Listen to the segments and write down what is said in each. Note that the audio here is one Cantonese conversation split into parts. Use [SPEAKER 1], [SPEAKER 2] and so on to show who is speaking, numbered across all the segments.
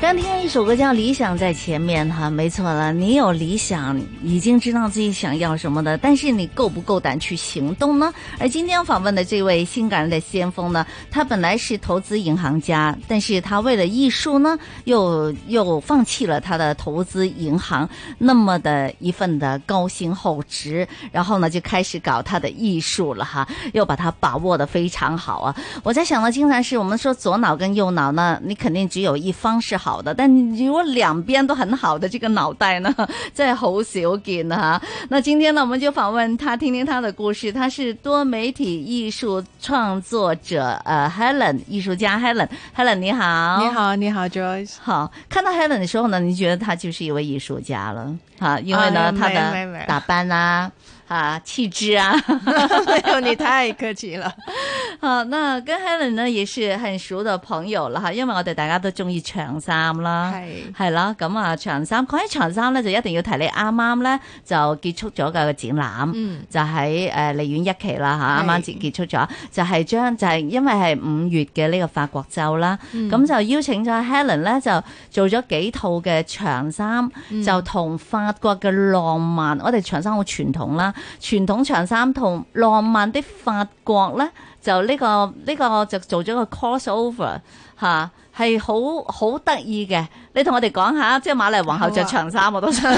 [SPEAKER 1] 单听一首歌叫《理想在前面》哈，没错了，你有理想，已经知道自己想要什么的，但是你够不够胆去行动呢？而今天要访问的这位性感的先锋呢，他本来是投资银行家，但是他为了艺术呢，又又放弃了他的投资银行那么的一份的高薪厚职，然后呢就开始搞他的艺术了哈，又把它把握的非常好啊。我在想呢，经常是我们说左脑跟右脑呢，你肯定只有一方是好的，但如果两边都很好的这个脑袋呢， 真系好少见啊。那今天呢，我们就访问他，听听他的故事。他是多媒体艺术创作者，呃，Helen 艺术家 Helen，Helen 你好，
[SPEAKER 2] 你，好，你好，Joyce。
[SPEAKER 1] 好。看到 Helen 的时候呢，你觉得她就是一位艺术家了，哈，因为呢，
[SPEAKER 2] 哎没
[SPEAKER 1] 她
[SPEAKER 2] 没没
[SPEAKER 1] 的打扮啊。 啊，气质啊，
[SPEAKER 2] 没有，你太客气了。
[SPEAKER 1] 好，那跟 Helen 呢也是很熟嘅朋友啦，吓，因為我哋大家都中意長衫啦，
[SPEAKER 2] 係
[SPEAKER 1] 係啦，咁啊長衫，講起長衫咧就一定要提你啱啱咧就結束咗嘅個展覽，
[SPEAKER 2] 嗯
[SPEAKER 1] 就喺誒利園一期啦吓，啱
[SPEAKER 2] 係
[SPEAKER 1] 啱結結束咗，就係將就係因為係五月嘅呢個法國周啦，
[SPEAKER 2] 嗯
[SPEAKER 1] 咁、就邀請咗 Helen 咧就做咗幾套嘅長衫，
[SPEAKER 2] 嗯
[SPEAKER 1] 就同法國嘅浪漫，我哋長衫好傳統啦，傳統長衫同浪漫的法國咧。就呢、個呢、個就做咗個 crossover 嚇、係好好得意嘅。你同我哋講下，即係瑪麗皇后着
[SPEAKER 2] 啊
[SPEAKER 1] 長衫，我 都想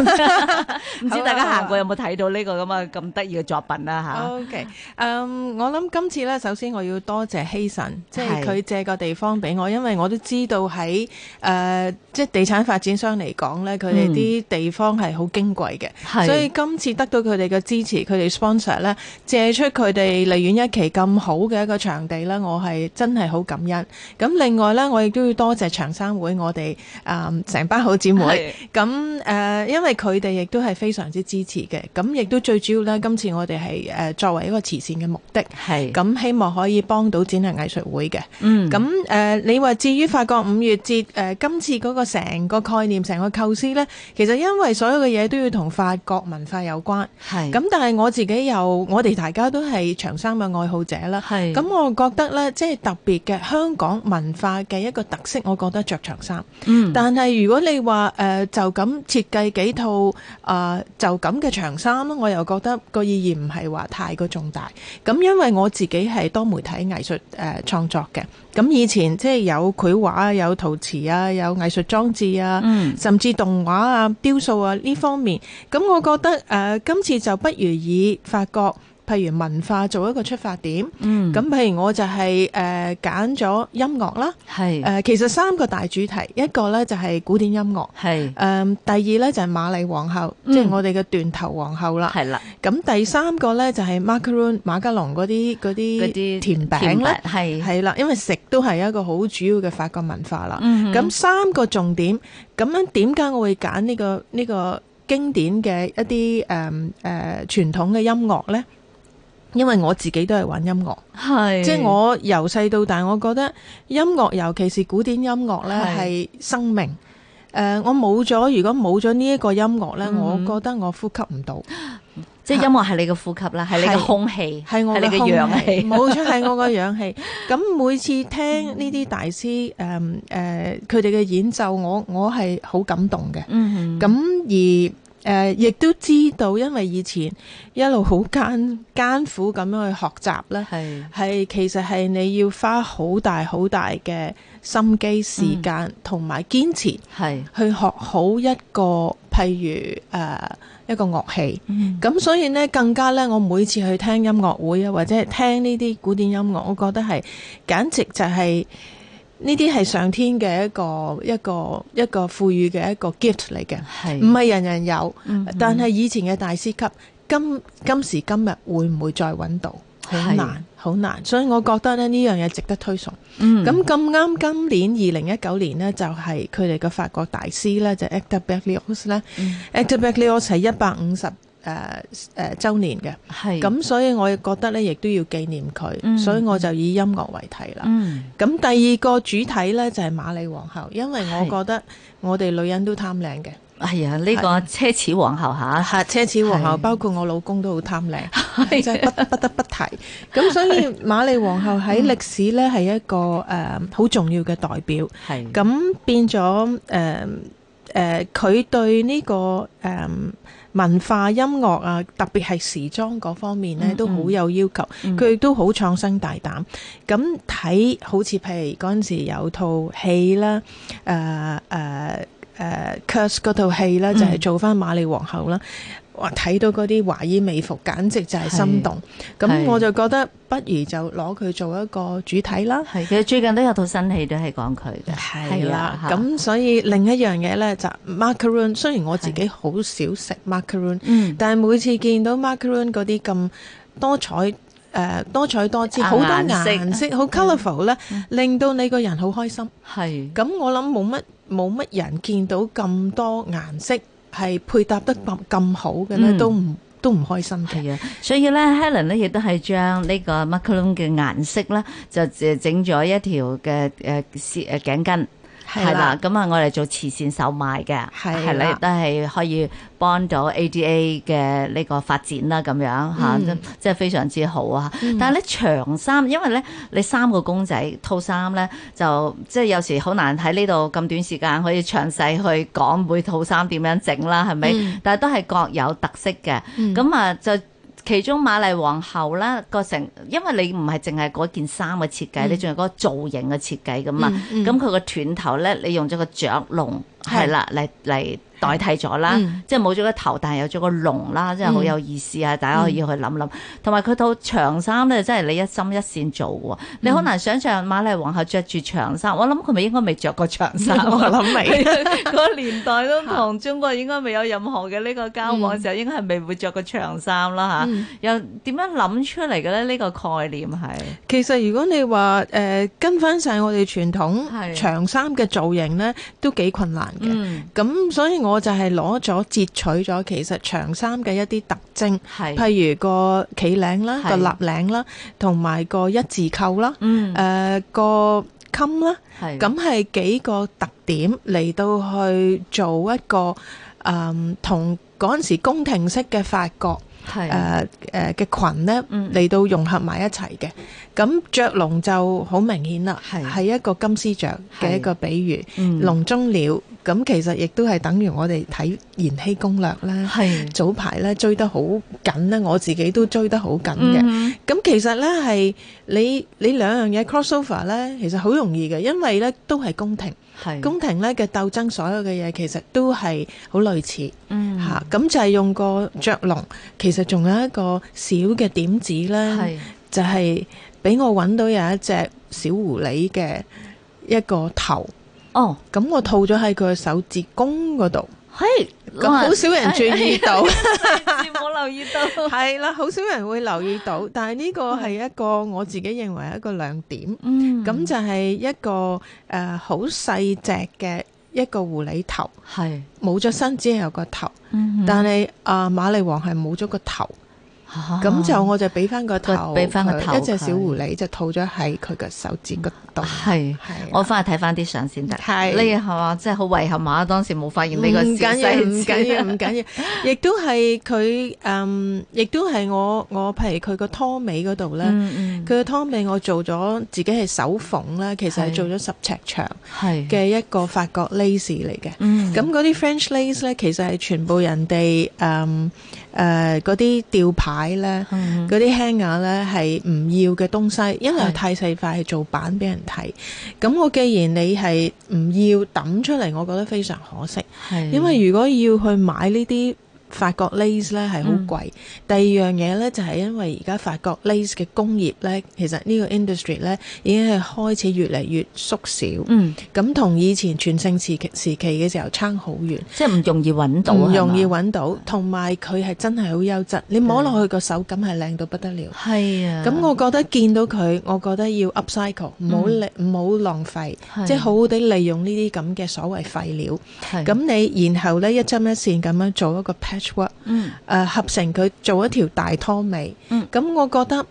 [SPEAKER 1] 唔知大家行過有冇睇到呢個咁嘅咁得意嘅作品啦嚇。
[SPEAKER 2] OK，嗯，我諗今次咧，首先我要多謝希神，即係
[SPEAKER 1] 係
[SPEAKER 2] 佢借個地方俾我，因為我都知道喺誒、呃即係地產發展商嚟講咧，佢哋
[SPEAKER 1] 嗯
[SPEAKER 2] 啲地方係好矜貴嘅，
[SPEAKER 1] 係
[SPEAKER 2] 所以今次得到佢哋嘅支持，佢哋 sponsor 咧借出佢哋利園一期咁好嘅一個場地咧，我係真係好感恩。咁另外咧，我亦都要多謝長衫會我哋誒成班好姊妹。咁誒、呃因為佢哋亦都係非常之支持嘅，咁亦都最主要咧，今次我哋係誒作為一個慈善嘅目的，
[SPEAKER 1] 係
[SPEAKER 2] 咁希望可以幫到展覽藝術會嘅。
[SPEAKER 1] 嗯
[SPEAKER 2] 咁誒、呃你話至於法國五月節誒、呃今次嗰個成個概念、成個構思呢，其實因為所有嘅嘢都要同法國文化有關。
[SPEAKER 1] 係
[SPEAKER 2] 咁但係我自己又，我哋大家都係長衫嘅愛好者啦。
[SPEAKER 1] 係
[SPEAKER 2] 咁我覺得呢，即係特別嘅香港文化嘅一個特色，我覺得着長衫。
[SPEAKER 1] 嗯
[SPEAKER 2] 但係如果你話誒、呃就咁設計幾套啊、呃就咁嘅長衫咧，我又覺得個意義唔係話太過重大。咁因為我自己係多媒體藝術誒、呃、創作嘅，咁以前即係有繪畫啊、有陶瓷啊、有藝術裝置啊，
[SPEAKER 1] 嗯
[SPEAKER 2] 甚至動畫啊、雕塑啊呢方面，咁我覺得誒、呃今次就不如以法國譬如文化做一個出發點。
[SPEAKER 1] 嗯
[SPEAKER 2] 咁譬如我就係誒揀咗音樂啦。誒、
[SPEAKER 1] 係
[SPEAKER 2] 呃其實三個大主題，一個咧就係、古典音樂，誒、
[SPEAKER 1] 係
[SPEAKER 2] 第二咧就係、瑪麗皇后，
[SPEAKER 1] 嗯
[SPEAKER 2] 即係我哋嘅斷頭皇后啦。
[SPEAKER 1] 係啦，
[SPEAKER 2] 咁第三個咧就係、macaron 馬卡龍嗰啲嗰
[SPEAKER 1] 嗰
[SPEAKER 2] 啲
[SPEAKER 1] 啲
[SPEAKER 2] 甜餅咧，
[SPEAKER 1] 係
[SPEAKER 2] 係啦，因為食都係一個好主要嘅法國文化啦。
[SPEAKER 1] 嗯
[SPEAKER 2] 咁、三個重點，咁樣點解我會揀呢、個呢、個經典嘅一啲呃誒誒傳統嘅音樂咧？因為我自己都係玩音樂。
[SPEAKER 1] 係
[SPEAKER 2] 即係我由細到大，我覺得音樂，尤其是古典音樂呢，
[SPEAKER 1] 係
[SPEAKER 2] 係生命。誒、我冇咗，如果冇咗呢一個音樂呢，
[SPEAKER 1] 嗯
[SPEAKER 2] 我覺得我呼吸唔到，
[SPEAKER 1] 即係音樂係你嘅呼吸啦，係你嘅
[SPEAKER 2] 係
[SPEAKER 1] 空氣，
[SPEAKER 2] 係我
[SPEAKER 1] 係你
[SPEAKER 2] 嘅
[SPEAKER 1] 嘅
[SPEAKER 2] 空
[SPEAKER 1] 氧
[SPEAKER 2] 氣，
[SPEAKER 1] 氣，
[SPEAKER 2] 冇錯係我嘅氧氣。咁每次
[SPEAKER 1] 嗯
[SPEAKER 2] 聽呢啲大師誒誒佢哋嘅演奏，我我係好感動嘅。
[SPEAKER 1] 嗯
[SPEAKER 2] 咁而誒、呃亦都知道，因為以前一路好艱艱苦咁樣去學習呢。
[SPEAKER 1] 係
[SPEAKER 2] 係其實係你要花好大好大嘅心機、時間同埋堅持去
[SPEAKER 1] 係
[SPEAKER 2] 學好一個譬如誒、呃一個樂器。
[SPEAKER 1] 嗯
[SPEAKER 2] 咁所以呢，更加呢，我每次去聽音樂會啊，或者係聽呢啲古典音樂，我覺得係簡直就係呢啲係上天嘅一個一個一個賦予嘅一個 gift 嚟嘅，
[SPEAKER 1] 係
[SPEAKER 2] 唔係人人有。
[SPEAKER 1] 嗯
[SPEAKER 2] 但係以前嘅大師級，今今時今日會唔會再揾到？好
[SPEAKER 1] 係
[SPEAKER 2] 難，好難。所以我覺得咧呢樣嘢值得推崇。
[SPEAKER 1] 嗯
[SPEAKER 2] 咁咁啱今年二零一九年呢，就係佢哋嘅法國大師咧，就 Hector Berlioz 咧
[SPEAKER 1] 嗯
[SPEAKER 2] ，Hector Berlioz 係一百五十誒誒週年嘅。
[SPEAKER 1] 係
[SPEAKER 2] 咁所以我覺得咧，亦都要紀念佢，
[SPEAKER 1] 嗯
[SPEAKER 2] 所以我就以音樂為題啦。
[SPEAKER 1] 嗯
[SPEAKER 2] 咁第二個主題呢，就係瑪麗皇后，因為我
[SPEAKER 1] 係
[SPEAKER 2] 覺得我哋女人都貪靚嘅，
[SPEAKER 1] 哎呀呢個奢侈皇后吓，
[SPEAKER 2] 嚇奢侈皇后
[SPEAKER 1] 係
[SPEAKER 2] 包括我老公都好貪靚， 真係不不得不提。咁所以瑪麗皇后
[SPEAKER 1] 嗯
[SPEAKER 2] 喺歷史呢，係一個誒好重要嘅代表。
[SPEAKER 1] 係
[SPEAKER 2] 咁變咗誒誒，佢、對呢、個誒、文化音樂啊，特別係時裝嗰方面
[SPEAKER 1] 嗯
[SPEAKER 2] 咧，
[SPEAKER 1] 嗯
[SPEAKER 2] 都好有要求。
[SPEAKER 1] 嗯
[SPEAKER 2] 佢亦都好創新大膽。咁睇好似譬如嗰陣時有套戲啦，誒誒誒 Curse 嗰套戲啦，就係、
[SPEAKER 1] 嗯
[SPEAKER 2] 做翻瑪麗皇后啦。哇！睇到嗰啲華衣美服，簡直就係心動。
[SPEAKER 1] 係
[SPEAKER 2] 咁我就覺得，不如就攞佢做一個主體啦。
[SPEAKER 1] 係佢最近都有套新戲都係講佢嘅，
[SPEAKER 2] 係啦，
[SPEAKER 1] 嚇
[SPEAKER 2] 咁所以另一樣嘢咧就 macaron，雖然我自己好少食 macaron，
[SPEAKER 1] 嗯
[SPEAKER 2] 但係每次見到 macaron 嗰啲咁多彩誒、呃多彩多姿，
[SPEAKER 1] 啊
[SPEAKER 2] 好多
[SPEAKER 1] 顏色嗯
[SPEAKER 2] 顏色，好 colourful 咧，令到你個人好開心。
[SPEAKER 1] 係
[SPEAKER 2] 咁我諗冇乜冇乜人見到咁多顏色係配搭得咁咁好嘅咧，
[SPEAKER 1] 嗯
[SPEAKER 2] 都唔都唔開心嘅。
[SPEAKER 1] 係啊，所以咧，Helen 咧亦都係將呢個 macaron 嘅顏色咧，就誒整咗一條嘅誒絲誒呃頸巾，係啦，，咁啊，我哋做慈善售賣嘅，
[SPEAKER 2] 係
[SPEAKER 1] 係啦，
[SPEAKER 2] 啦
[SPEAKER 1] 亦都係可以幫到 ADA 嘅呢個發展啦，咁樣嚇，
[SPEAKER 2] 嗯
[SPEAKER 1] 即即係非常之好啊！但係咧長衫，因為咧你三個公仔套衫咧，就即係有時好難喺呢度咁短時間可以詳細去講每套衫點樣整啦，係咪？
[SPEAKER 2] 嗯
[SPEAKER 1] 但係都係各有特色嘅，
[SPEAKER 2] 嗯
[SPEAKER 1] 咁啊、就。其中瑪麗皇后啦個成，因為你唔係淨係嗰件衫嘅設計，
[SPEAKER 2] 嗯
[SPEAKER 1] 你仲有嗰個造型嘅設計噶嘛。
[SPEAKER 2] 嗯嗯
[SPEAKER 1] 咁佢個斷頭咧，你用咗個雀籠
[SPEAKER 2] 係
[SPEAKER 1] 係啦，嚟嚟代替咗啦
[SPEAKER 2] 嗯，
[SPEAKER 1] 即係冇咗個頭，但係有咗個籠啦，真係好有意思啊！大家可以去諗諗。同埋佢套長衫咧，真係你一針一線做喎，你好難想象瑪麗皇后着住長衫，我諗佢咪應該未着過長衫
[SPEAKER 2] 我
[SPEAKER 1] 啊。
[SPEAKER 2] 諗 未。
[SPEAKER 1] 嗰個年代都同中國應該未有任何嘅呢個交往嘅時候，應該係未會着過長衫啦嚇
[SPEAKER 2] 嗯。
[SPEAKER 1] 又點樣諗出嚟嘅咧？呢個概念係
[SPEAKER 2] 其實如果你話誒、呃跟翻晒我哋傳
[SPEAKER 1] 係
[SPEAKER 2] 統長衫嘅造型呢，都幾困難嘅。
[SPEAKER 1] 嗯
[SPEAKER 2] 咁、所以我就係攞咗截取咗其實長衫嘅一啲特徵，
[SPEAKER 1] 係
[SPEAKER 2] 譬如個企領啦、
[SPEAKER 1] 係
[SPEAKER 2] 個立領啦，同埋個一字扣啦、
[SPEAKER 1] 嗯
[SPEAKER 2] 誒個襟啦，
[SPEAKER 1] 係
[SPEAKER 2] 咁係幾個特點嚟到去做一個誒同嗰陣時宮廷式嘅法國。
[SPEAKER 1] 係
[SPEAKER 2] 誒誒嘅裙咧
[SPEAKER 1] 嗯
[SPEAKER 2] 嚟到融合埋一齊嘅，咁雀籠就好明顯啦，
[SPEAKER 1] 係
[SPEAKER 2] 係一個金絲雀嘅一個比喻，
[SPEAKER 1] 嗯
[SPEAKER 2] 籠中鳥咁其實亦都係等於我哋睇《延禧攻略》咧，
[SPEAKER 1] 係
[SPEAKER 2] 早排咧追得好緊咧，我自己都追得好緊嘅。
[SPEAKER 1] 嗯
[SPEAKER 2] 咁其實咧係你你兩樣嘢 crossover 咧，其實好容易嘅，因為咧都係宮廷，
[SPEAKER 1] 係
[SPEAKER 2] 宮廷咧嘅鬥爭所有嘅嘢其實都係好類似。
[SPEAKER 1] 嗯
[SPEAKER 2] 嚇，咁就係用個雀籠，其實仲有一個小嘅點子咧，
[SPEAKER 1] 係
[SPEAKER 2] 就係俾我揾到有一隻小狐狸嘅一個頭，
[SPEAKER 1] 哦
[SPEAKER 2] 咁我套咗喺佢嘅手指公嗰度，
[SPEAKER 1] 係
[SPEAKER 2] 咁好少人注意到，
[SPEAKER 1] 冇留意 到
[SPEAKER 2] 係啦，好少人會留意到，但係呢個係一個我自己認為係一個亮點，
[SPEAKER 1] 嗯
[SPEAKER 2] 咁就係一個誒好細隻嘅一個狐狸頭，
[SPEAKER 1] 係
[SPEAKER 2] 冇咗身只係有個頭，
[SPEAKER 1] 嗯
[SPEAKER 2] 但係啊瑪麗皇係冇咗個頭。
[SPEAKER 1] 啊
[SPEAKER 2] 咁就我就俾翻個
[SPEAKER 1] 個
[SPEAKER 2] 頭，
[SPEAKER 1] 俾返個
[SPEAKER 2] 佢
[SPEAKER 1] 頭
[SPEAKER 2] 一隻小狐狸就套咗喺佢嘅手指嗰度。係
[SPEAKER 1] 係啊我翻去睇翻啲相先得，
[SPEAKER 2] 係
[SPEAKER 1] 呢係嘛，真係好遺憾啊！當時冇發現呢個
[SPEAKER 2] 唔
[SPEAKER 1] 小
[SPEAKER 2] 緊要，
[SPEAKER 1] 細
[SPEAKER 2] 唔
[SPEAKER 1] 節
[SPEAKER 2] 緊 要，唔緊要，亦都係佢嗯，亦都係我我譬如佢個拖尾嗰度咧，
[SPEAKER 1] 嗯嗯
[SPEAKER 2] 佢個拖尾我做咗自己係手縫啦，其實
[SPEAKER 1] 係
[SPEAKER 2] 係做咗十尺長
[SPEAKER 1] 係
[SPEAKER 2] 嘅一個法國 lace 嚟嘅。
[SPEAKER 1] 嗯
[SPEAKER 2] 咁嗰啲 French lace 咧，其實係全部人哋誒誒嗰啲吊牌咧。
[SPEAKER 1] 嗯
[SPEAKER 2] 嗰啲 hanger 咧係唔要嘅東西，因為
[SPEAKER 1] 係
[SPEAKER 2] 太細塊係做版俾人睇。咁我既然你係唔要抌出嚟，我覺得非常可惜。
[SPEAKER 1] 係
[SPEAKER 2] 因為如果要去買呢啲法國 lace 咧係好貴。第二樣嘢咧就係因為而家法國 lace 嘅工業咧，其實呢個 industry 咧已經係開始越嚟越縮小。
[SPEAKER 1] 嗯
[SPEAKER 2] 咁同以前全盛時期時期嘅時候差好遠。
[SPEAKER 1] 即係唔容易揾到，
[SPEAKER 2] 唔容易
[SPEAKER 1] 係嘛
[SPEAKER 2] 揾到，嗯同埋佢係真係好優質，你摸落去個手感係靚到不得了。
[SPEAKER 1] 係啊，
[SPEAKER 2] 咁我覺得見到佢，我覺得要 upcycle，唔好利唔好浪費，
[SPEAKER 1] 係
[SPEAKER 2] 即係好好地利用呢啲咁嘅所謂廢料。
[SPEAKER 1] 係
[SPEAKER 2] 咁你然後呢，一針一線咁樣做一個 patchwork，
[SPEAKER 1] 嗯
[SPEAKER 2] 誒、合成佢做一條大拖尾。
[SPEAKER 1] 嗯
[SPEAKER 2] 咁我覺得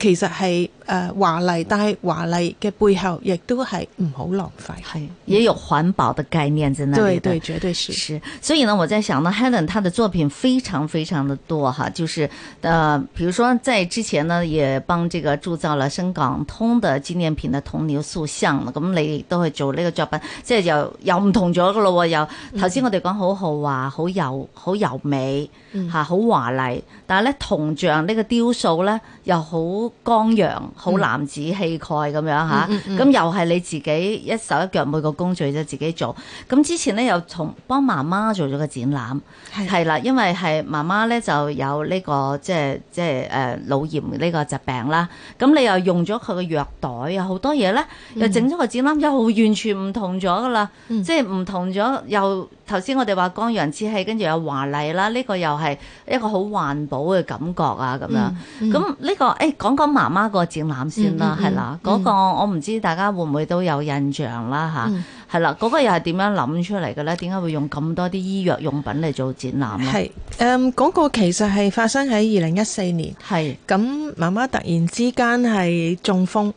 [SPEAKER 2] 其實係誒、呃、華麗，但係華麗嘅背後亦都係唔好浪費。
[SPEAKER 1] 系也有环保的概念在那里
[SPEAKER 2] 對
[SPEAKER 1] 的。
[SPEAKER 2] 對，絕對是。
[SPEAKER 1] 是，所以呢，我在想呢，Helen 她的作品非常非常的多哈，就是呃，比如说在之前呢，也帮这个铸造了深港通的紀念品嘅銅鳥塑像，咁你亦都去做呢個作品，即係又又唔同咗噶咯喎，又頭先我哋講好豪華、好柔、好柔美
[SPEAKER 2] 嗯
[SPEAKER 1] 嚇、好華麗，但係咧銅像呢個雕塑咧又好剛陽、好男子氣概咁樣嚇，咁、
[SPEAKER 2] 嗯嗯嗯
[SPEAKER 1] 又係你自己一手一腳每個工序啫自己做。咁之前咧又同幫媽媽做咗個展覽，
[SPEAKER 2] 係
[SPEAKER 1] 係啦，因為係媽媽咧就有呢、個即係即係誒腦炎呢個疾病啦。咁你又用咗佢嘅藥袋啊，好多嘢咧，又整咗個展覽，又完全唔同咗噶啦，
[SPEAKER 2] 嗯
[SPEAKER 1] 即係唔同咗。又頭先我哋話光陽之氣，跟住又華麗啦，呢、個又係一個好環保嘅感覺啊咁樣。
[SPEAKER 2] 嗯
[SPEAKER 1] 咁呢、個誒、講講媽媽個展覽先啦，
[SPEAKER 2] 嗯嗯
[SPEAKER 1] 係
[SPEAKER 2] 嗯
[SPEAKER 1] 啦、
[SPEAKER 2] 嗯
[SPEAKER 1] 嗰、個我唔知大家會唔會都有印象啦
[SPEAKER 2] 嗯
[SPEAKER 1] 吓，係啦、嗰、個又係點樣諗出嚟嘅咧？點解會用咁多啲醫藥用品嚟做展覽咧？
[SPEAKER 2] 係誒嗰個其實係發生喺二零一四年。
[SPEAKER 1] 係
[SPEAKER 2] 咁媽媽突然之間係中風，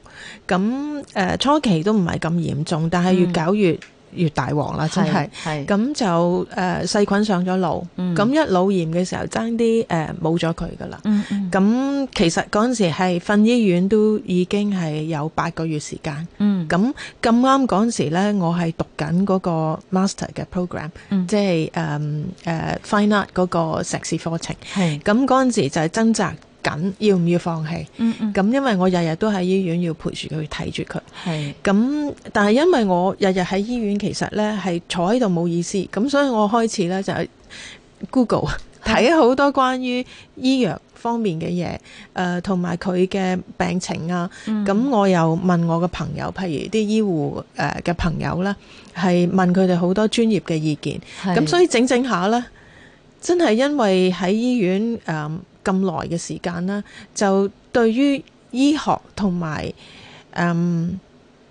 [SPEAKER 2] 咁誒、呃初期都唔係咁嚴重，但係越
[SPEAKER 1] 嗯
[SPEAKER 2] 搞越、越大鑊啦，真係。
[SPEAKER 1] 係
[SPEAKER 2] 咁就誒、呃、細菌上咗腦，咁、
[SPEAKER 1] 嗯
[SPEAKER 2] 一腦炎嘅時候爭啲誒冇咗佢噶啦。
[SPEAKER 1] 嗯嗯
[SPEAKER 2] 咁其實嗰陣時係瞓醫院都已經係有八個月時間。
[SPEAKER 1] 嗯
[SPEAKER 2] 咁咁啱嗰陣時咧，我係讀緊嗰個 master 嘅 program，、
[SPEAKER 1] 嗯
[SPEAKER 2] 即係誒誒 fine art 嗰個碩士課程。
[SPEAKER 1] 係
[SPEAKER 2] 咁嗰陣時就係掙扎緊，要唔要放棄？
[SPEAKER 1] 嗯嗯
[SPEAKER 2] 咁因為我日日都喺醫院要陪住佢睇住佢，
[SPEAKER 1] 係
[SPEAKER 2] 咁但係因為我日日喺醫院，其實呢係坐喺度冇意思，咁所以我開始呢就係 Google 睇好多關於醫藥方面嘅嘢，誒同埋佢嘅病情啊，
[SPEAKER 1] 嗯
[SPEAKER 2] 咁、我又問我嘅朋友，譬如啲醫護誒嘅朋友啦，係問佢哋好多專業嘅意見。咁所
[SPEAKER 1] 以
[SPEAKER 2] 以整整下咧，真係因為喺醫院誒咁耐嘅時間啦，就對於醫學同埋誒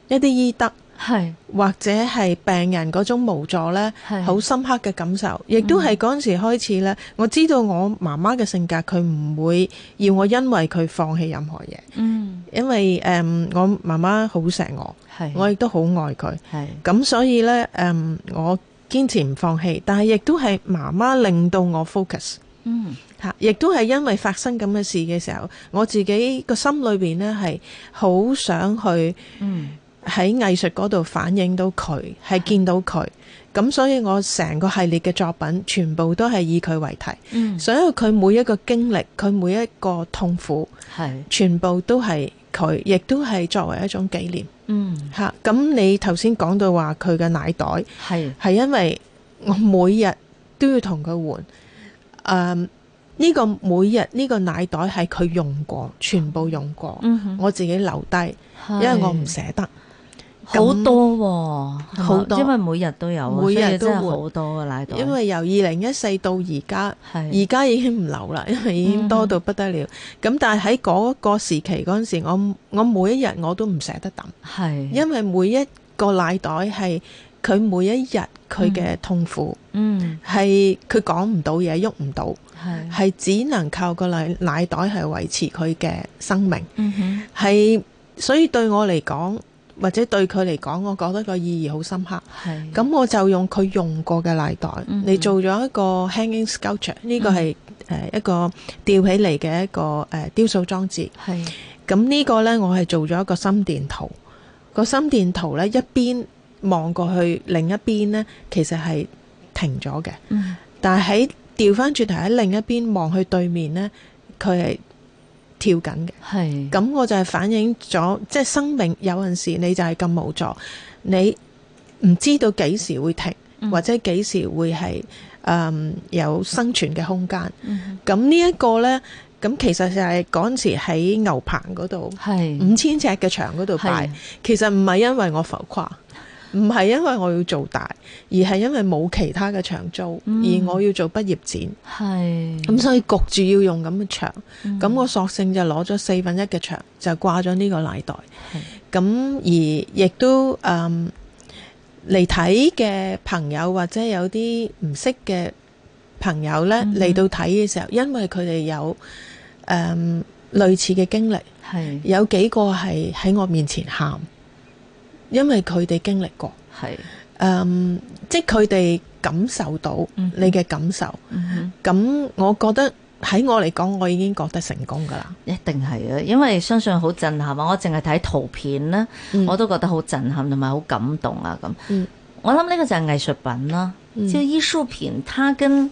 [SPEAKER 2] 一啲醫德
[SPEAKER 1] 係
[SPEAKER 2] 或者係病人嗰種無助咧，
[SPEAKER 1] 係
[SPEAKER 2] 好深刻嘅感受，亦都係嗰陣時開始咧，我知道我媽媽嘅性格，佢唔會要我因為佢放棄任何嘢，
[SPEAKER 1] 嗯
[SPEAKER 2] 因為誒、嗯我媽媽好錫我，
[SPEAKER 1] 係
[SPEAKER 2] 我亦都好愛佢。
[SPEAKER 1] 係
[SPEAKER 2] 咁所以呢，誒、我堅持唔放棄，但係亦都係媽媽令到我 focus
[SPEAKER 1] 嗯
[SPEAKER 2] 嚇，亦都係因為發生咁嘅事嘅時候，我自己個心裏邊呢係好想去
[SPEAKER 1] 嗯
[SPEAKER 2] 喺藝術嗰度反映到佢，係見到佢。咁所以我成個系列嘅作品全部都係以佢為題，
[SPEAKER 1] 嗯
[SPEAKER 2] 所有佢每一個經歷，佢每一個痛苦，
[SPEAKER 1] 係
[SPEAKER 2] 全部都係佢，亦都係作為一種紀念
[SPEAKER 1] 嗯
[SPEAKER 2] 嚇。咁你頭先講到話佢嘅奶袋。
[SPEAKER 1] 係
[SPEAKER 2] 係因為我每日都要同佢換。誒、嗯呢、個每日呢個奶袋係佢用過，全部用過，
[SPEAKER 1] 嗯哼
[SPEAKER 2] 我自己留低，因
[SPEAKER 1] 係
[SPEAKER 2] 為我唔捨得。
[SPEAKER 1] 好多喎係嘛
[SPEAKER 2] 好多
[SPEAKER 1] 因為每日都有啊，
[SPEAKER 2] 每日
[SPEAKER 1] 所以
[SPEAKER 2] 都
[SPEAKER 1] 真係嗯
[SPEAKER 2] 會
[SPEAKER 1] 好多嘅奶袋，
[SPEAKER 2] 因為由二零一四到而家，
[SPEAKER 1] 係
[SPEAKER 2] 而家已經唔留啦，因為已經多到不得了。咁、但係喺嗰個時期嗰陣時，我我每一日我都唔捨得抌，
[SPEAKER 1] 係
[SPEAKER 2] 因為每一個奶袋係佢每一日佢嘅痛苦，
[SPEAKER 1] 嗯
[SPEAKER 2] 係佢講唔到嘢，喐唔到。
[SPEAKER 1] 係
[SPEAKER 2] 係只能靠個奶奶袋係維持佢嘅生命，
[SPEAKER 1] 嗯哼
[SPEAKER 2] 係所以對我嚟講，或者對佢嚟講，我覺得個意義好深刻。
[SPEAKER 1] 係
[SPEAKER 2] 咁我就用佢用過嘅奶袋，
[SPEAKER 1] 嗯
[SPEAKER 2] 你做咗一個 hanging sculpture，呢個係誒一個吊起嚟嘅一個誒、呃雕塑裝置。
[SPEAKER 1] 係
[SPEAKER 2] 咁呢個呢，我係做咗一個心電圖。個心電圖呢，一邊望過去，另一邊呢，其實係停咗嘅。
[SPEAKER 1] 嗯
[SPEAKER 2] 但係喺調翻轉頭喺另一邊望去對面呢，佢係跳緊嘅。
[SPEAKER 1] 係
[SPEAKER 2] 咁我就係反映咗，即係生命有陣時你就係咁無助，你唔知道幾時會停，
[SPEAKER 1] 嗯
[SPEAKER 2] 或者幾時會係誒、嗯有生存嘅空間。
[SPEAKER 1] 嗯
[SPEAKER 2] 咁呢一個呢，咁其實就係嗰陣時喺牛棚嗰度
[SPEAKER 1] 係
[SPEAKER 2] 五千尺嘅牆嗰度擺
[SPEAKER 1] 嗯係，
[SPEAKER 2] 其實唔係因為我浮誇，唔係因為我要做大，而係因為冇其他嘅場租，
[SPEAKER 1] 嗯
[SPEAKER 2] 而我要做畢業展，
[SPEAKER 1] 係
[SPEAKER 2] 咁所以焗住要用咁嘅牆，
[SPEAKER 1] 嗯
[SPEAKER 2] 咁、我索性就攞咗四分一嘅牆，就掛咗呢個奶袋
[SPEAKER 1] 係。
[SPEAKER 2] 咁而亦都嗯嚟睇嘅朋友或者有啲唔識嘅朋友呢
[SPEAKER 1] 嗯
[SPEAKER 2] 嚟到睇嘅時候，因為佢哋有誒類似嘅經歷，
[SPEAKER 1] 係
[SPEAKER 2] 有幾個係喺我面前喊，因為佢哋經歷過，
[SPEAKER 1] 係，
[SPEAKER 2] 誒嗯即係佢哋感受到
[SPEAKER 1] 嗯
[SPEAKER 2] 你嘅感受。
[SPEAKER 1] 嗯哼。
[SPEAKER 2] 咁我覺得喺我嚟講，我已經覺得成功噶啦。
[SPEAKER 1] 一定係啊，因為相信好震撼啊！我淨係睇圖片咧，
[SPEAKER 2] 嗯
[SPEAKER 1] 我都覺得好震撼同埋好感動啊！咁，
[SPEAKER 2] 嗯
[SPEAKER 1] 我諗呢個就係藝術品啦。
[SPEAKER 2] 嗯
[SPEAKER 1] 就藝術品，它跟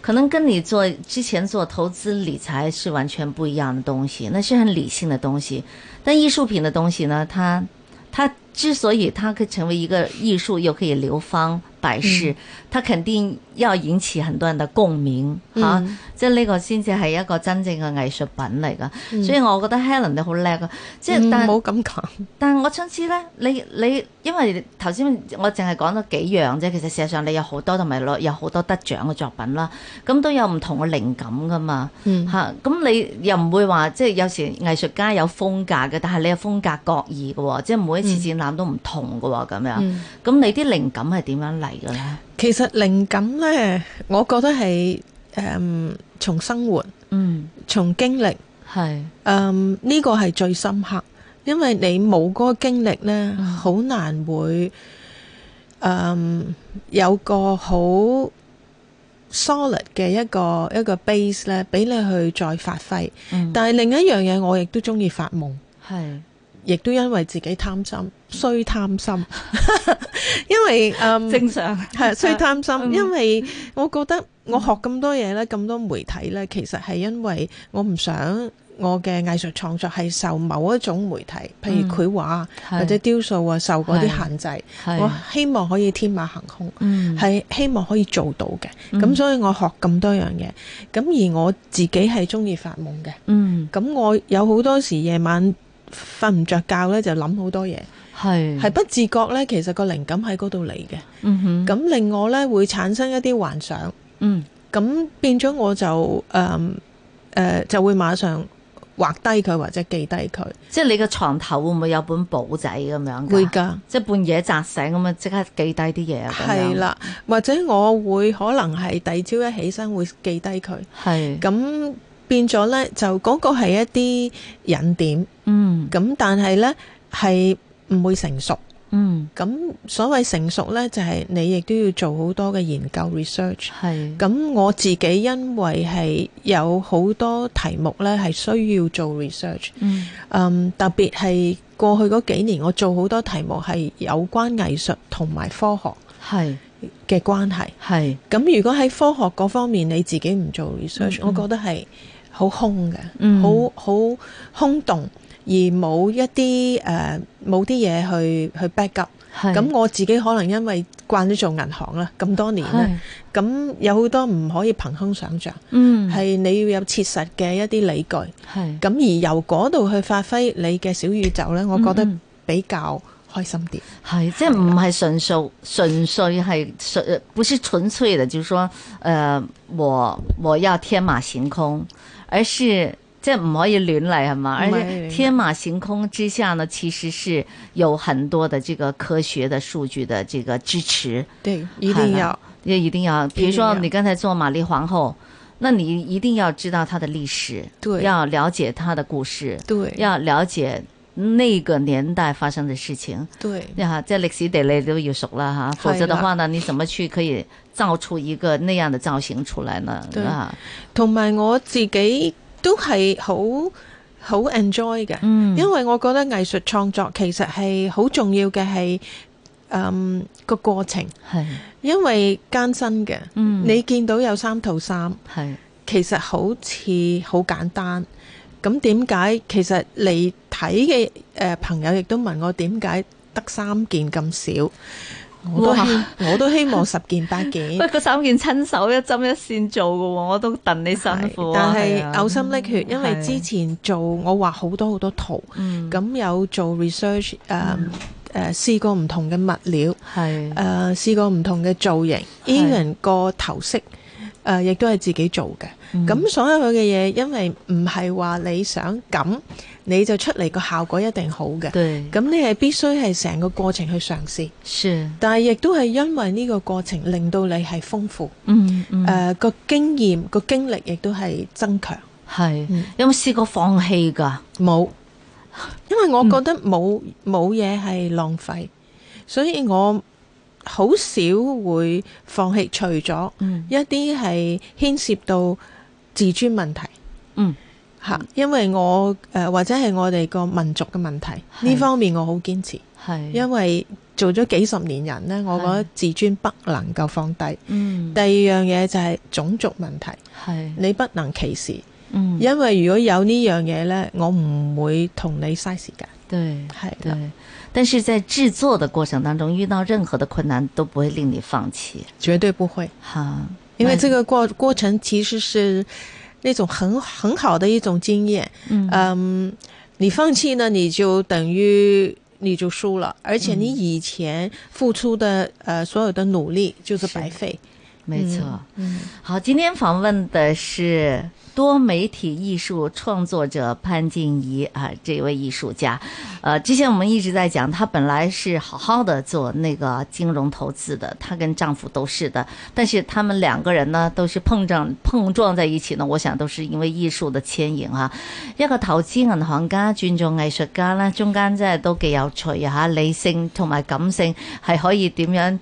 [SPEAKER 1] 可能跟你做之前做投資理財是完全不一樣的東西，那是很理性的東西。但藝術品的東西呢，它它之所以它可以成為一個藝術，又可以流芳百
[SPEAKER 2] 嗯
[SPEAKER 1] 世，它肯定要引起很多人的共鳴嚇。啊
[SPEAKER 2] 嗯
[SPEAKER 1] 即係呢個先至係一個真正嘅藝術品嚟㗎，
[SPEAKER 2] 嗯
[SPEAKER 1] 所以我覺得 Helen 你好叻啊！即係
[SPEAKER 2] 嗯
[SPEAKER 1] 但、
[SPEAKER 2] 冇咁講，
[SPEAKER 1] 但係我想知咧，你你因為頭先我淨係講咗幾樣啫，其實事實上你有好多同埋攞有好多得獎嘅作品啦，咁都有唔同嘅靈感㗎嘛
[SPEAKER 2] 嗯
[SPEAKER 1] 嚇，咁、你又唔會話即係有時藝術家有風格嘅，但係你嘅風格各異嘅喎，即係每一次展覽都唔同嘅喎咁樣，咁、
[SPEAKER 2] 嗯
[SPEAKER 1] 你啲靈感係點樣嚟嘅咧？
[SPEAKER 2] 其實靈感呢，我覺得係誒從生活、
[SPEAKER 1] 嗯，
[SPEAKER 2] 從經歷，
[SPEAKER 1] 係
[SPEAKER 2] 誒呢個係最深刻，因為你冇嗰個經歷呢
[SPEAKER 1] 嗯，
[SPEAKER 2] 好難會誒有個好 solid 嘅一個一個 base 呢，俾你去再發揮。
[SPEAKER 1] 嗯
[SPEAKER 2] 但係另一樣嘢，我亦都中意發夢。
[SPEAKER 1] 係
[SPEAKER 2] 亦都因為自己貪心，衰貪心，因為嗯
[SPEAKER 1] 正常
[SPEAKER 2] 係衰貪
[SPEAKER 1] 嗯
[SPEAKER 2] 心，因為我覺得我學咁多嘢咧，咁多媒體咧，其實係因為我唔想我嘅藝術創作係受某一種媒體，譬
[SPEAKER 1] 嗯
[SPEAKER 2] 如繪畫
[SPEAKER 1] 係
[SPEAKER 2] 或者雕塑啊，受嗰啲限制，
[SPEAKER 1] 係
[SPEAKER 2] 我希望可以天馬行空。
[SPEAKER 1] 嗯
[SPEAKER 2] 係希望可以做到嘅，咁、
[SPEAKER 1] 嗯
[SPEAKER 2] 所以我學咁多樣嘢，咁而我自己係中意發夢嘅，
[SPEAKER 1] 嗯
[SPEAKER 2] 咁我有好多時夜晚瞓唔着覺咧，就諗好多嘢，
[SPEAKER 1] 係
[SPEAKER 2] 係不自覺咧，其實個靈感喺嗰度嚟嘅，
[SPEAKER 1] 嗯哼
[SPEAKER 2] 咁令我咧會產生一啲幻想，
[SPEAKER 1] 嗯
[SPEAKER 2] 咁變咗我就誒誒、呃就會馬上畫低佢或者記低佢，
[SPEAKER 1] 即係你嘅床頭會唔會有本簿仔咁樣㗎
[SPEAKER 2] 會㗎，
[SPEAKER 1] 即係半夜扎醒咁啊，即刻記低啲嘢啊咁樣
[SPEAKER 2] 係，啦，或者我會可能係第二朝一起身會記低佢，
[SPEAKER 1] 係
[SPEAKER 2] 咁變咗咧就嗰個係一啲引點，
[SPEAKER 1] 嗯
[SPEAKER 2] 咁但係咧係唔會成熟。
[SPEAKER 1] 嗯
[SPEAKER 2] 咁所謂成熟呢，就係、你亦都要做好多嘅研究 research。
[SPEAKER 1] 係
[SPEAKER 2] 咁我自己因為係有好多題目呢，係需要做 research。
[SPEAKER 1] 嗯
[SPEAKER 2] 嗯，特別係過去嗰幾年，我做好多題目係有關藝術同埋科學
[SPEAKER 1] 係
[SPEAKER 2] 嘅關係。
[SPEAKER 1] 係
[SPEAKER 2] 咁如果喺科學嗰方面你自己唔做 research，、
[SPEAKER 1] 嗯
[SPEAKER 2] 我覺得係好空嘅，
[SPEAKER 1] 嗯
[SPEAKER 2] 好好、空洞，而冇一啲誒冇啲嘢去去 back up。
[SPEAKER 1] 係
[SPEAKER 2] 咁我自己可能因為慣咗做銀行啦，咁多年啦，
[SPEAKER 1] 係
[SPEAKER 2] 咁有好多唔可以憑空想像，
[SPEAKER 1] 嗯
[SPEAKER 2] 係、你要有切實嘅一啲理據，
[SPEAKER 1] 係
[SPEAKER 2] 咁而由嗰度去發揮你嘅小宇宙呢，我覺得
[SPEAKER 1] 嗯嗯
[SPEAKER 2] 比較開心啲。
[SPEAKER 1] 係即係唔係純粹純粹係純，不是純粹的，就是說，呃，我我要天馬行空，而是即係唔可以亂嚟係嘛？而
[SPEAKER 2] 唔可以
[SPEAKER 1] 且
[SPEAKER 2] 亂嚟
[SPEAKER 1] 天馬行空之下呢，其實是有很多的這個科學的數據的這個支持，
[SPEAKER 2] 對，一定
[SPEAKER 1] 係
[SPEAKER 2] 要
[SPEAKER 1] 啦，也一定要，比如
[SPEAKER 2] 一
[SPEAKER 1] 說
[SPEAKER 2] 定要
[SPEAKER 1] 你剛才做瑪麗皇後，那你一定要知道她的歷史，
[SPEAKER 2] 對
[SPEAKER 1] 要了解她的故事，
[SPEAKER 2] 對，
[SPEAKER 1] 要了解那個年代發生的事情。
[SPEAKER 2] 對，
[SPEAKER 1] 呀，啊即係歷史地理都要熟啦哈，否則的
[SPEAKER 2] 係啦
[SPEAKER 1] 話呢，你怎麼去可以造出一個那樣的造型出來呢？
[SPEAKER 2] 對
[SPEAKER 1] 啊，
[SPEAKER 2] 同埋我自己都係好好 enjoy 嘅，
[SPEAKER 1] 嗯，
[SPEAKER 2] 因為我覺得藝術創作其實係好重要嘅係誒個過程，
[SPEAKER 1] 係，
[SPEAKER 2] 因為艱辛嘅。
[SPEAKER 1] 嗯，
[SPEAKER 2] 你見到有三套衫，
[SPEAKER 1] 係，
[SPEAKER 2] 其實好似好簡單。咁點解其實嚟睇嘅誒朋友亦都問我點解得三件咁少？我都希我都希望十件八件
[SPEAKER 1] 不， 過三件親手一針一線做嘅喎，我都戥你辛苦
[SPEAKER 2] 係
[SPEAKER 1] 啊
[SPEAKER 2] 但係
[SPEAKER 1] 啊
[SPEAKER 2] 嘔心瀝血，因為
[SPEAKER 1] 係
[SPEAKER 2] 之前做我畫好多好多圖，
[SPEAKER 1] 嗯
[SPEAKER 2] 咁有做 research 誒誒試過唔同嘅物料，
[SPEAKER 1] 係
[SPEAKER 2] 誒試過呃唔同嘅造型，even 個頭飾呃誒亦都係自己做嘅。
[SPEAKER 1] 嗯
[SPEAKER 2] 咁所有嘅嘢，因為唔係話你想咁，你就出嚟個效果一定好嘅。
[SPEAKER 1] 对，
[SPEAKER 2] 咁你係必須係成個過程去嘗試，
[SPEAKER 1] 是，
[SPEAKER 2] 但係亦都係因為呢個過程令到你係豐富，
[SPEAKER 1] 嗯嗯，
[SPEAKER 2] 誒個、經驗個經歷亦都係增強。
[SPEAKER 1] 係
[SPEAKER 2] 嗯
[SPEAKER 1] 有冇試過放棄㗎？
[SPEAKER 2] 冇，因為
[SPEAKER 1] 嗯
[SPEAKER 2] 我覺得冇冇嘢係浪費，所以我好少會放棄，除咗
[SPEAKER 1] 嗯
[SPEAKER 2] 一啲係牽涉到自尊問題
[SPEAKER 1] 嗯
[SPEAKER 2] 嚇，因為我誒、呃或者係我哋個民族嘅問題呢方面，我好堅持，
[SPEAKER 1] 係，
[SPEAKER 2] 因為做咗幾十年人呢，我覺得
[SPEAKER 1] 嗯係
[SPEAKER 2] 自尊不能夠放低。
[SPEAKER 1] 嗯
[SPEAKER 2] 第二樣嘢就係種族問題，
[SPEAKER 1] 係，
[SPEAKER 2] 你不能歧視，
[SPEAKER 1] 嗯
[SPEAKER 2] 因為如果有呢樣嘢呢，我唔會同你嘥時間。
[SPEAKER 1] 對
[SPEAKER 2] 係啦
[SPEAKER 1] 對，但是在制作的過程當中，遇到任何的困難都不會令你放棄，
[SPEAKER 2] 绝对不会，
[SPEAKER 1] 哈，
[SPEAKER 2] 因为
[SPEAKER 1] 那
[SPEAKER 2] 这个过过程其实是那种很很好的一种经验。
[SPEAKER 1] 嗯
[SPEAKER 2] 嗯，你放弃呢，你就等于你就输了，而且你
[SPEAKER 1] 嗯
[SPEAKER 2] 以前付出的呃所有的努力就是白费。
[SPEAKER 1] 没錯。
[SPEAKER 2] 嗯，
[SPEAKER 1] 好，今天访问的是多媒体艺术创作者潘静怡啊，这位艺术家。呃，之前我们一直在讲，她本来是好好的做那个金融投资的，她跟丈夫都是的，但是他们两个人呢，都是碰撞碰撞在一起呢，我想都是因为艺术的牵引啊。一個投資銀啊行家轉做藝術家啦，中間真係都幾有趣啊！嚇理性同埋感性係可以點樣？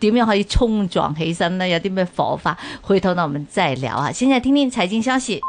[SPEAKER 1] 點樣可以衝撞起身呢？有啲咩火花？回頭呢，我們再聊啊！現在聽聽財經消息。